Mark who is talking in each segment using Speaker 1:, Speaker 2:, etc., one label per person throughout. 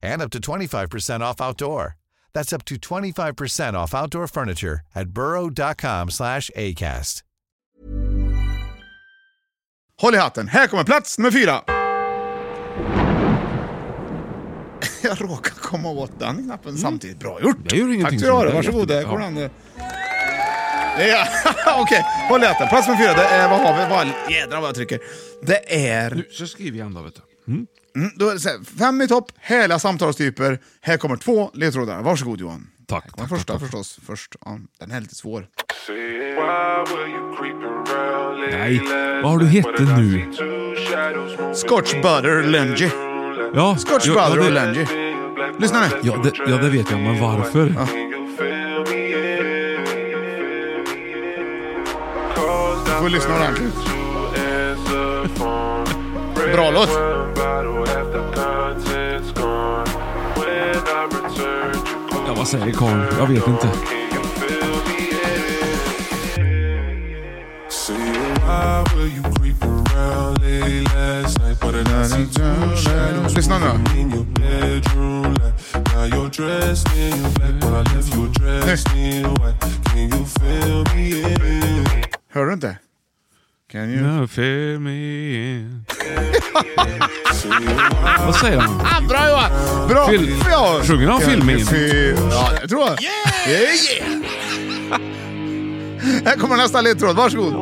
Speaker 1: and up to 25% off outdoor. That's up to 25% off outdoor furniture at burrow.com/acast.
Speaker 2: Håll i hatten, här kommer plats nummer fyra. Jag råkar komma åt den knappen samtidigt. Bra gjort!
Speaker 3: Jag gör Mm. ingenting
Speaker 2: Tack ska du ha,
Speaker 3: som-
Speaker 2: det. varsågod.
Speaker 3: Ja.
Speaker 2: Där går den. eh. Ja, okej. Håll i hatten. Plats nummer fyra, det är, vad har vi? Vad, jädrar vad jag trycker. Det är...
Speaker 3: Nu, så skriver jag ändå, vet du.
Speaker 2: Mm, då är det så här, fem i topp, härliga samtalstyper. Här kommer två ledtrådar. Varsågod Johan.
Speaker 3: Tack,
Speaker 2: Här kommer
Speaker 3: tack,
Speaker 2: första
Speaker 3: tack, tack.
Speaker 2: förstås. Först. Ja, den här är lite svår.
Speaker 3: Nej, vad har du hette nu?
Speaker 2: Scotch butter lungy.
Speaker 3: Ja,
Speaker 2: Scotch
Speaker 3: ja,
Speaker 2: butter
Speaker 3: ja,
Speaker 2: och
Speaker 3: det-
Speaker 2: lungy. Lyssna nu.
Speaker 3: Ja det, ja, det vet jag, men varför?
Speaker 2: Du får lyssna ordentligt. Bra låt.
Speaker 3: Ja, vad säger karln? Jag vet inte.
Speaker 2: Lyssna nu. Hör du inte? Can you...
Speaker 3: No, feel me in. Vad säger han?
Speaker 2: Ah, bra Johan! Bra!
Speaker 3: Fil-
Speaker 2: Ja.
Speaker 3: Sjunger han
Speaker 2: Kan
Speaker 3: filmen?
Speaker 2: vi fi- Ja, jag tror jag. Yeah! yeah. Här kommer nästa ledtråd, varsågod.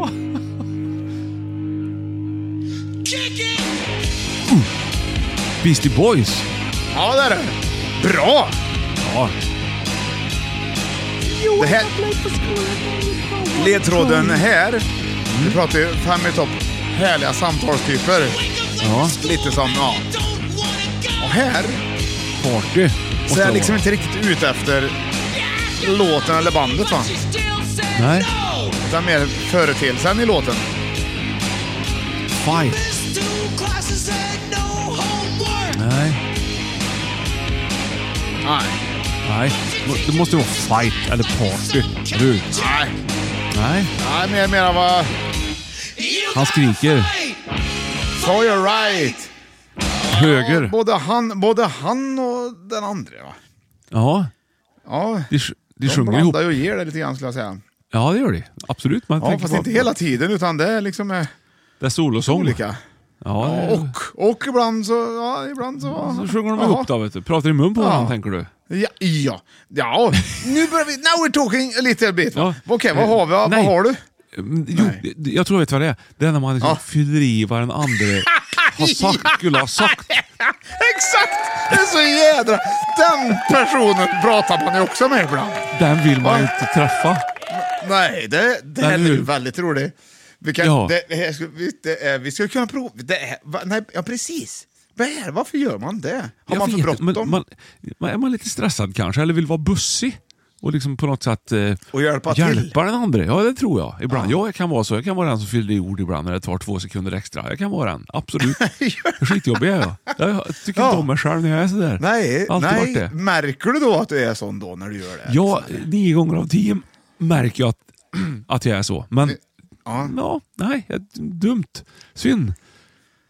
Speaker 3: Beastie Boys?
Speaker 2: Ja, där är det. Bra!
Speaker 3: Ja.
Speaker 2: Det här... Ledtråden här,
Speaker 3: Mm.
Speaker 2: vi pratar ju fem i topp härliga samtalstyper.
Speaker 3: Ja.
Speaker 2: Lite som, ja. Och här
Speaker 3: Party.
Speaker 2: så
Speaker 3: måste
Speaker 2: är
Speaker 3: det
Speaker 2: jag liksom
Speaker 3: vara.
Speaker 2: inte riktigt ute efter låten eller bandet va?
Speaker 3: Nej.
Speaker 2: Utan mer företeelsen i låten.
Speaker 3: Fight. Nej.
Speaker 2: Nej.
Speaker 3: Nej. Det måste ju vara fight eller party. Du.
Speaker 2: Nej.
Speaker 3: Nej.
Speaker 2: Nej, mer, mera vad...
Speaker 3: Han skriker.
Speaker 2: For your right!
Speaker 3: Höger.
Speaker 2: Både han, både han och den andra va?
Speaker 3: Ja.
Speaker 2: Ja.
Speaker 3: De, sj- de
Speaker 2: De
Speaker 3: sjunger ihop.
Speaker 2: blandar ju och ger det lite grann skulle jag säga.
Speaker 3: Ja, det gör de. Absolut. Man
Speaker 2: Ja,
Speaker 3: tänker
Speaker 2: fast
Speaker 3: på-
Speaker 2: inte hela tiden utan det är liksom eh,
Speaker 3: Det är solosång.
Speaker 2: olika.
Speaker 3: Ja, det-
Speaker 2: Och, och ibland så... Ja, ibland så...
Speaker 3: Så sjunger de
Speaker 2: Jaha.
Speaker 3: ihop då, vet du. Pratar i mun på varandra, tänker du.
Speaker 2: Ja, ja. ja, nu börjar vi... Now we're talking a little bit. va?
Speaker 3: Ja.
Speaker 2: Okej, vad har vi? Vad
Speaker 3: Nej.
Speaker 2: har du?
Speaker 3: Mm, Jo,
Speaker 2: Nej.
Speaker 3: det- jag tror jag vet vad det är. Det är när man liksom
Speaker 2: Ja.
Speaker 3: fyller i vad den andra har sagt, skulle ha sagt.
Speaker 2: Exakt! Det är så jädra... Den personen pratar man ju också med ibland.
Speaker 3: Den vill man ju
Speaker 2: Ja.
Speaker 3: inte träffa.
Speaker 2: Nej, det, det
Speaker 3: Eller
Speaker 2: här är
Speaker 3: hur?
Speaker 2: ju väldigt roligt. Vi, kan,
Speaker 3: Ja.
Speaker 2: det, det här skulle, vi, det, är- vi skulle kunna prova... Det, här- va, nej, ja, precis. Vad är det? Varför gör man det? Har
Speaker 3: Jag
Speaker 2: man för
Speaker 3: vet inte, men
Speaker 2: bråttom?
Speaker 3: Man, man, är man lite stressad kanske, eller vill vara bussig? och liksom på något sätt eh,
Speaker 2: Och hjälpa till.
Speaker 3: hjälpa den andra. Ja, det tror jag. Ibland. Ja. jag kan vara så. Jag kan vara den som fyller i ord ibland när det tar två sekunder extra. Jag kan vara den. Absolut. Skitjobbig är jag. Jag tycker
Speaker 2: Ja.
Speaker 3: inte om mig själv när jag är sådär.
Speaker 2: Nej,
Speaker 3: Alltid
Speaker 2: nej.
Speaker 3: varit det.
Speaker 2: Märker du då att du är sån då när du gör det?
Speaker 3: Ja, nio gånger av tio märker jag att, att jag är så. Men
Speaker 2: Eh, Ja.
Speaker 3: ja. nej, jag- dumt. Synd.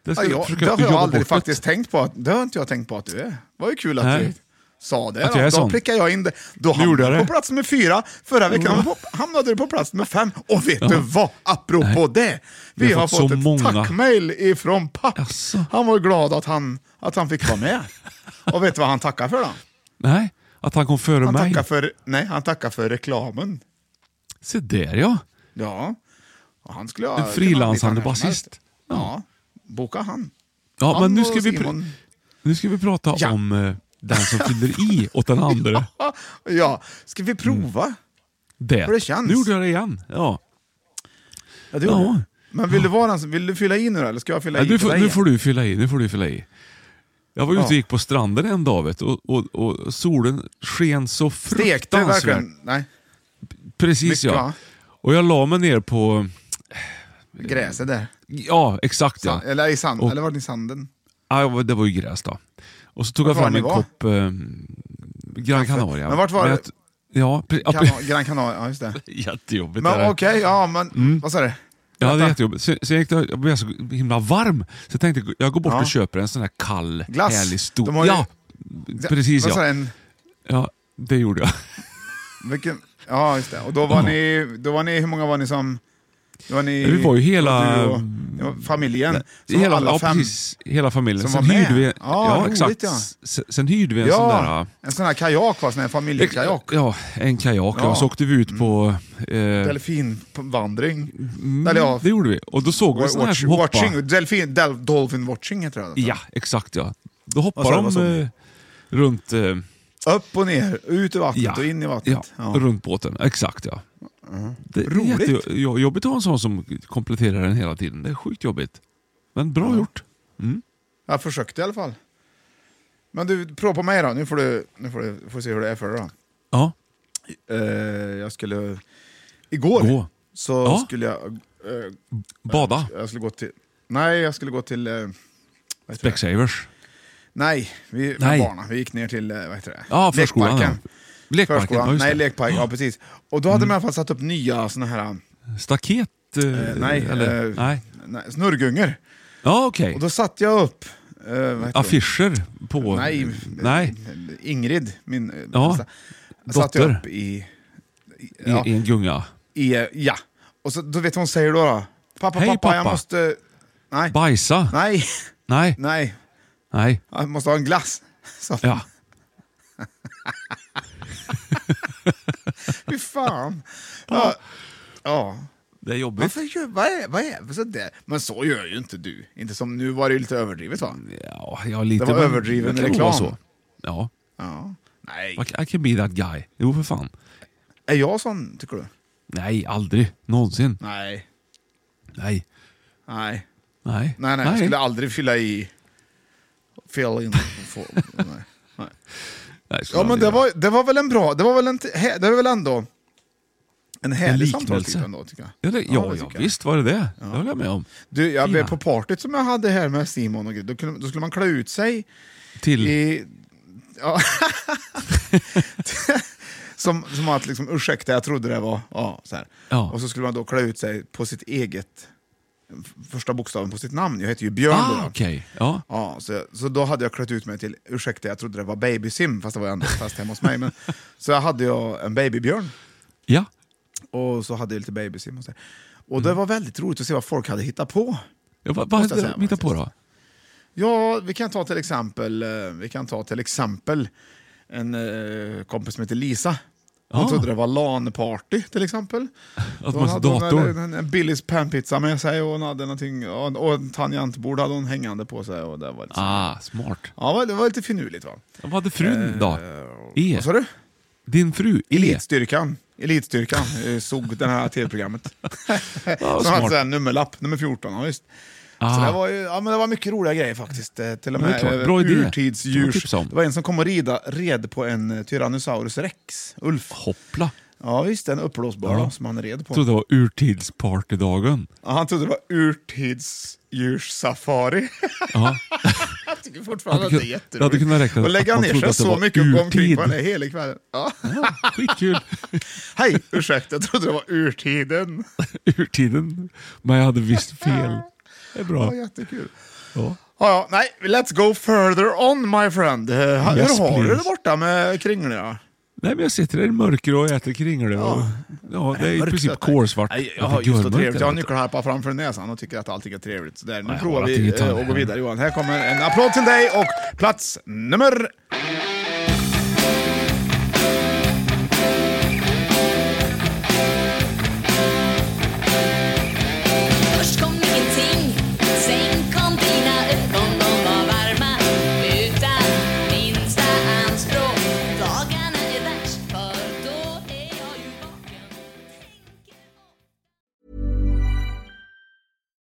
Speaker 3: Det
Speaker 2: Ja,
Speaker 3: ska jag
Speaker 2: jag,
Speaker 3: försöka
Speaker 2: det har jag
Speaker 3: jobba
Speaker 2: aldrig
Speaker 3: bort.
Speaker 2: faktiskt tänkt på. Att, det har inte jag tänkt på att du är. Det var ju kul att
Speaker 3: Nej.
Speaker 2: du sa det.
Speaker 3: Att
Speaker 2: då
Speaker 3: jag är
Speaker 2: då
Speaker 3: sån.
Speaker 2: prickar jag in det. Då
Speaker 3: gjorde
Speaker 2: hamnade
Speaker 3: jag
Speaker 2: du på
Speaker 3: det. Mm.
Speaker 2: plats med fyra. Förra veckan på, hamnade du på plats med fem. Och vet du vad? Apropå det. Vi, har, fått,
Speaker 3: så
Speaker 2: ett
Speaker 3: många.
Speaker 2: tackmail ifrån papp.
Speaker 3: Jaså?
Speaker 2: Han var glad att han, att han fick vara med. och vet du vad han tackar för då?
Speaker 3: Nej, att han kom före
Speaker 2: Han
Speaker 3: mig.
Speaker 2: tackar för, nej, han tackar för reklamen.
Speaker 3: Se där ja.
Speaker 2: Ja. Och han skulle ha,
Speaker 3: En frilansande
Speaker 2: kunde ha blivit han
Speaker 3: basist.
Speaker 2: här. Ja. Boka han.
Speaker 3: Ja,
Speaker 2: Han
Speaker 3: men nu
Speaker 2: och
Speaker 3: ska, vi
Speaker 2: Simon.
Speaker 3: pr- nu ska vi prata
Speaker 2: Ja.
Speaker 3: om eh, den som fyller i åt den andra.
Speaker 2: Ah, Ja, ska vi prova?
Speaker 3: Det.
Speaker 2: Hur det känns.
Speaker 3: Nu gjorde jag det igen. Ja.
Speaker 2: Ja, det
Speaker 3: Ja.
Speaker 2: gjorde jag. Men vill du, vara den, som- vill du fylla i nu då, eller ska jag fylla
Speaker 3: Nej,
Speaker 2: i
Speaker 3: nu,
Speaker 2: för
Speaker 3: får,
Speaker 2: dig
Speaker 3: nu
Speaker 2: igen?
Speaker 3: får du fylla i. Nu får du fylla i. Jag var ute
Speaker 2: Ja.
Speaker 3: och gick på stranden en dag vet, du, och, och, och solen sken så
Speaker 2: Stekte
Speaker 3: fruktansvärt.
Speaker 2: verkligen? Nej,
Speaker 3: Precis
Speaker 2: Mycket, va?
Speaker 3: ja. Och jag la mig ner på...
Speaker 2: gräset där.
Speaker 3: Ja, exakt ja.
Speaker 2: Sa- Eller i sand,
Speaker 3: Och-
Speaker 2: eller var det i sanden?
Speaker 3: Ja, jag var- det var ju gräs då. Och så tog jag
Speaker 2: Vart var
Speaker 3: fram
Speaker 2: ni
Speaker 3: en
Speaker 2: var?
Speaker 3: kopp eh, Gran Canaria.
Speaker 2: Men vart var
Speaker 3: jag
Speaker 2: det?
Speaker 3: t- Ja, pre- ja,
Speaker 2: Kana, Gran Canaria, ja just det.
Speaker 3: pre- jättejobbigt.
Speaker 2: Men
Speaker 3: är det. Mm.
Speaker 2: okej, ja men vad sa du?
Speaker 3: Ja, det
Speaker 2: Vänta.
Speaker 3: är jättejobbigt. Så, så jag, gick, där- jag blev så himla varm, så jag tänkte jag går bort och köper en sån här kall,
Speaker 2: Glass.
Speaker 3: härlig stor...
Speaker 2: De har ju-
Speaker 3: Ja, precis
Speaker 2: vad sa du,
Speaker 3: ja.
Speaker 2: en,
Speaker 3: ja. Det gjorde jag.
Speaker 2: vilken, Ja just det, och då var, ni, då var ni, hur många var ni som? Då var ni,
Speaker 3: Vi var ju hela-
Speaker 2: du och- det var familjen, som
Speaker 3: hela,
Speaker 2: var alla
Speaker 3: ja,
Speaker 2: fem.
Speaker 3: precis, hela familjen.
Speaker 2: som
Speaker 3: Sen
Speaker 2: var med.
Speaker 3: hyrde, vi, ja,
Speaker 2: Ja, roligt,
Speaker 3: exakt.
Speaker 2: ja.
Speaker 3: Sen, sen hyrde vi en sån där...
Speaker 2: Ja,
Speaker 3: eh,
Speaker 2: en sån här kajak va, sån här familjekajak.
Speaker 3: Ja, en kajak. Ja.
Speaker 2: Ja.
Speaker 3: Så åkte vi ut på... Eh,
Speaker 2: Delfinvandring. Eller ja,
Speaker 3: Mm, det gjorde vi. Och då såg vi såna här
Speaker 2: watch,
Speaker 3: som hoppade.
Speaker 2: watching, delfin, del, dolphin watching heter det.
Speaker 3: Ja, exakt ja. Då
Speaker 2: Vad sa du,
Speaker 3: hoppar
Speaker 2: vad sa
Speaker 3: de
Speaker 2: du?
Speaker 3: eh, runt... Eh,
Speaker 2: Upp och ner, ut i vattnet
Speaker 3: ja,
Speaker 2: och in i vattnet. Mm.
Speaker 3: Ja, runt båten. Exakt ja. Det är
Speaker 2: Roligt.
Speaker 3: jättejobbigt att ha en sån som kompletterar den hela tiden. Det är sjukt jobbigt. Men bra gjort.
Speaker 2: Jag försökte i alla fall. Men du, prova på mig då. Nu får du, nu får du får se hur det är för dig då.
Speaker 3: Ja.
Speaker 2: Eh, jag skulle... Igår
Speaker 3: Gå.
Speaker 2: så
Speaker 3: Ja.
Speaker 2: skulle jag... eh,
Speaker 3: Bada.
Speaker 2: jag skulle gå till... Nej, jag skulle gå till... eh, vad heter det?
Speaker 3: Specsavers.
Speaker 2: Nej, vi, med
Speaker 3: Nej.
Speaker 2: barnen. Vi gick ner till eh, vad heter det?
Speaker 3: Ja, förskolan.
Speaker 2: lekparken.
Speaker 3: ja. Lekparken. ja, Mm.
Speaker 2: Förskolan.
Speaker 3: just
Speaker 2: Nej,
Speaker 3: det.
Speaker 2: lekparken. Ja, precis. Och då hade de i alla fall satt upp nya såna här...
Speaker 3: Staket? eh,
Speaker 2: eh, nej,
Speaker 3: eller,
Speaker 2: eh,
Speaker 3: nej.
Speaker 2: nej, snurrgungor.
Speaker 3: Ja, okej.
Speaker 2: Och då satte jag upp... eh, vad heter hon?
Speaker 3: Affischer på...
Speaker 2: Nej,
Speaker 3: nej.
Speaker 2: Ingrid, min eh,
Speaker 3: Ja,
Speaker 2: äldsta, satt jag
Speaker 3: dotter.
Speaker 2: upp i... i-
Speaker 3: I,
Speaker 2: Ja,
Speaker 3: I en gunga.
Speaker 2: i, eh, ja. Och så, då vet hon säger då, då pappa,
Speaker 3: Hej,
Speaker 2: pappa, jag
Speaker 3: pappa."
Speaker 2: måste... Nej,
Speaker 3: Bajsa? Nej.
Speaker 2: nej,
Speaker 3: Nej.
Speaker 2: nej,
Speaker 3: nej.
Speaker 2: jag måste ha en glass. Så,
Speaker 3: Ja.
Speaker 2: fy fan. Ja, ja.
Speaker 3: Det är jobbigt.
Speaker 2: Varför gör, vad är, vad är så där? Men så gör ju inte du. Inte som, nu var det ju lite överdrivet va?
Speaker 3: Ja, jag är lite...
Speaker 2: Det var
Speaker 3: men-
Speaker 2: överdriven
Speaker 3: det kan nog vara
Speaker 2: reklam.
Speaker 3: Så. Ja.
Speaker 2: Ja. Nej.
Speaker 3: I- I can be that guy. Jo, för fan.
Speaker 2: Är jag sån, tycker du?
Speaker 3: Nej, aldrig. Någonsin.
Speaker 2: Nej.
Speaker 3: Nej.
Speaker 2: Nej.
Speaker 3: Nej.
Speaker 2: Nej, nej, jag skulle aldrig fylla i... Fill in... få- nej. Nej.
Speaker 3: Nej, skulle
Speaker 2: Ja, men
Speaker 3: aldrig
Speaker 2: det
Speaker 3: göra.
Speaker 2: var, det var väl en bra... Det var väl, en, t- hä- det var väl ändå en härlig
Speaker 3: liknelse.
Speaker 2: samtalstyp ändå, tycker jag.
Speaker 3: Ja, det, ja,
Speaker 2: det
Speaker 3: ja,
Speaker 2: tycker jag.
Speaker 3: visst var det det. Det höll jag med om.
Speaker 2: Du, jag blev på
Speaker 3: Fina.
Speaker 2: partyt som jag hade här med Simon och Gry, då, kunde, då skulle man klä ut sig
Speaker 3: Till...
Speaker 2: i... Ja. som, som att liksom, ursäkta, jag trodde det var... Ja, så här.
Speaker 3: Ja.
Speaker 2: Och så skulle man då klä ut sig på sitt eget... Första bokstaven på sitt namn. Jag heter ju Björn då.
Speaker 3: ah, okej. Ja.
Speaker 2: Ja, så, så då hade jag klätt ut mig till, ursäkta jag trodde det var babysim, fast det var ju ändå fast hemma hos mig. Men, så jag hade jag en babybjörn
Speaker 3: Ja.
Speaker 2: och så hade jag lite babysim och så. där. Och
Speaker 3: Mm.
Speaker 2: det var väldigt roligt att se vad folk hade hittat på.
Speaker 3: ja vad vad
Speaker 2: Måste jag
Speaker 3: hade
Speaker 2: säga,
Speaker 3: de hittat på då?
Speaker 2: faktiskt. Ja, vi kan ta till exempel, eh, vi kan ta till exempel en eh, kompis som heter Lisa. Hon
Speaker 3: Ah.
Speaker 2: trodde det var LAN-party till exempel.
Speaker 3: Att
Speaker 2: Då
Speaker 3: man har
Speaker 2: hade hon
Speaker 3: dator?
Speaker 2: en, en, en Billys panpizza med sig och hon hade någonting, ja, och en tangentbord hade hon hängande på sig. Och det var liksom,
Speaker 3: Ah, smart.
Speaker 2: Ja, det var lite finurligt va.
Speaker 3: Vad hade frun då? E.
Speaker 2: Eh, Vad sa du?
Speaker 3: Din fru? E.
Speaker 2: Elitstyrkan. Elitstyrkan eh, såg det här tv-programmet.
Speaker 3: Ja,
Speaker 2: Som hade
Speaker 3: smart.
Speaker 2: sån här nummerlapp, nummer 14. Ja, just.
Speaker 4: Ah.
Speaker 2: Så det var, ju, ja, men det var mycket roliga grejer faktiskt. eh, Till och
Speaker 4: Ja, det är
Speaker 2: med
Speaker 4: klart.
Speaker 2: eh,
Speaker 4: Bra idé. Det var
Speaker 2: urtidsdjurs.
Speaker 4: tips om.
Speaker 2: Det var en som kom och rida, red på en eh, Tyrannosaurus rex, Ulf.
Speaker 4: Hoppla.
Speaker 2: Ja visst, en uppblåsbar
Speaker 4: Ja.
Speaker 2: då, som han red på.
Speaker 4: Jag trodde det var urtidspartydagen.
Speaker 2: Ja, han trodde det var urtidsdjursafari.
Speaker 4: Ja.
Speaker 2: Jag tycker fortfarande att
Speaker 4: Hade
Speaker 2: det är
Speaker 4: kun-
Speaker 2: jätteroligt.
Speaker 4: det hade kunnat räcka
Speaker 2: Och lägga
Speaker 4: att man
Speaker 2: ner
Speaker 4: trodde
Speaker 2: sig
Speaker 4: att det
Speaker 2: så
Speaker 4: var
Speaker 2: mycket och gå omkring på
Speaker 4: urtid.
Speaker 2: henne hela kvällen. Ja.
Speaker 4: Ja, skitkul.
Speaker 2: Hej, ursäkta, jag trodde det var urtiden.
Speaker 4: Urtiden. Men jag hade visst fel. Det är bra.
Speaker 2: Ja, jättekul.
Speaker 4: Ja.
Speaker 2: Ja, ja, nej, let's go further on my friend. Eh, Hur
Speaker 4: Yes,
Speaker 2: har du det
Speaker 4: please.
Speaker 2: borta med kringlorna?
Speaker 4: Nej, men jag sitter där i mörker och äter kringlor. Ja. ja, det är i
Speaker 2: Mörkt,
Speaker 4: princip
Speaker 2: vet du.
Speaker 4: kolsvart.
Speaker 2: Nej, Jag
Speaker 4: Ja,
Speaker 2: har
Speaker 4: det gör
Speaker 2: just det
Speaker 4: mörkt
Speaker 2: trevligt.
Speaker 4: där,
Speaker 2: Jag har
Speaker 4: vet du.
Speaker 2: nyckelharpa framför näsan och tycker att allting är trevligt. Så där, nu
Speaker 4: Nej, jag har
Speaker 2: provar vi
Speaker 4: allting i
Speaker 2: eh, att
Speaker 4: tanden.
Speaker 2: gå vidare Johan. Här kommer en applåd till dig och plats nummer...
Speaker 5: Först kom ingenting, sen kom dina ögon. De var varma utan minsta anspråk. Dagarna är värst, för då är jag ju vaken.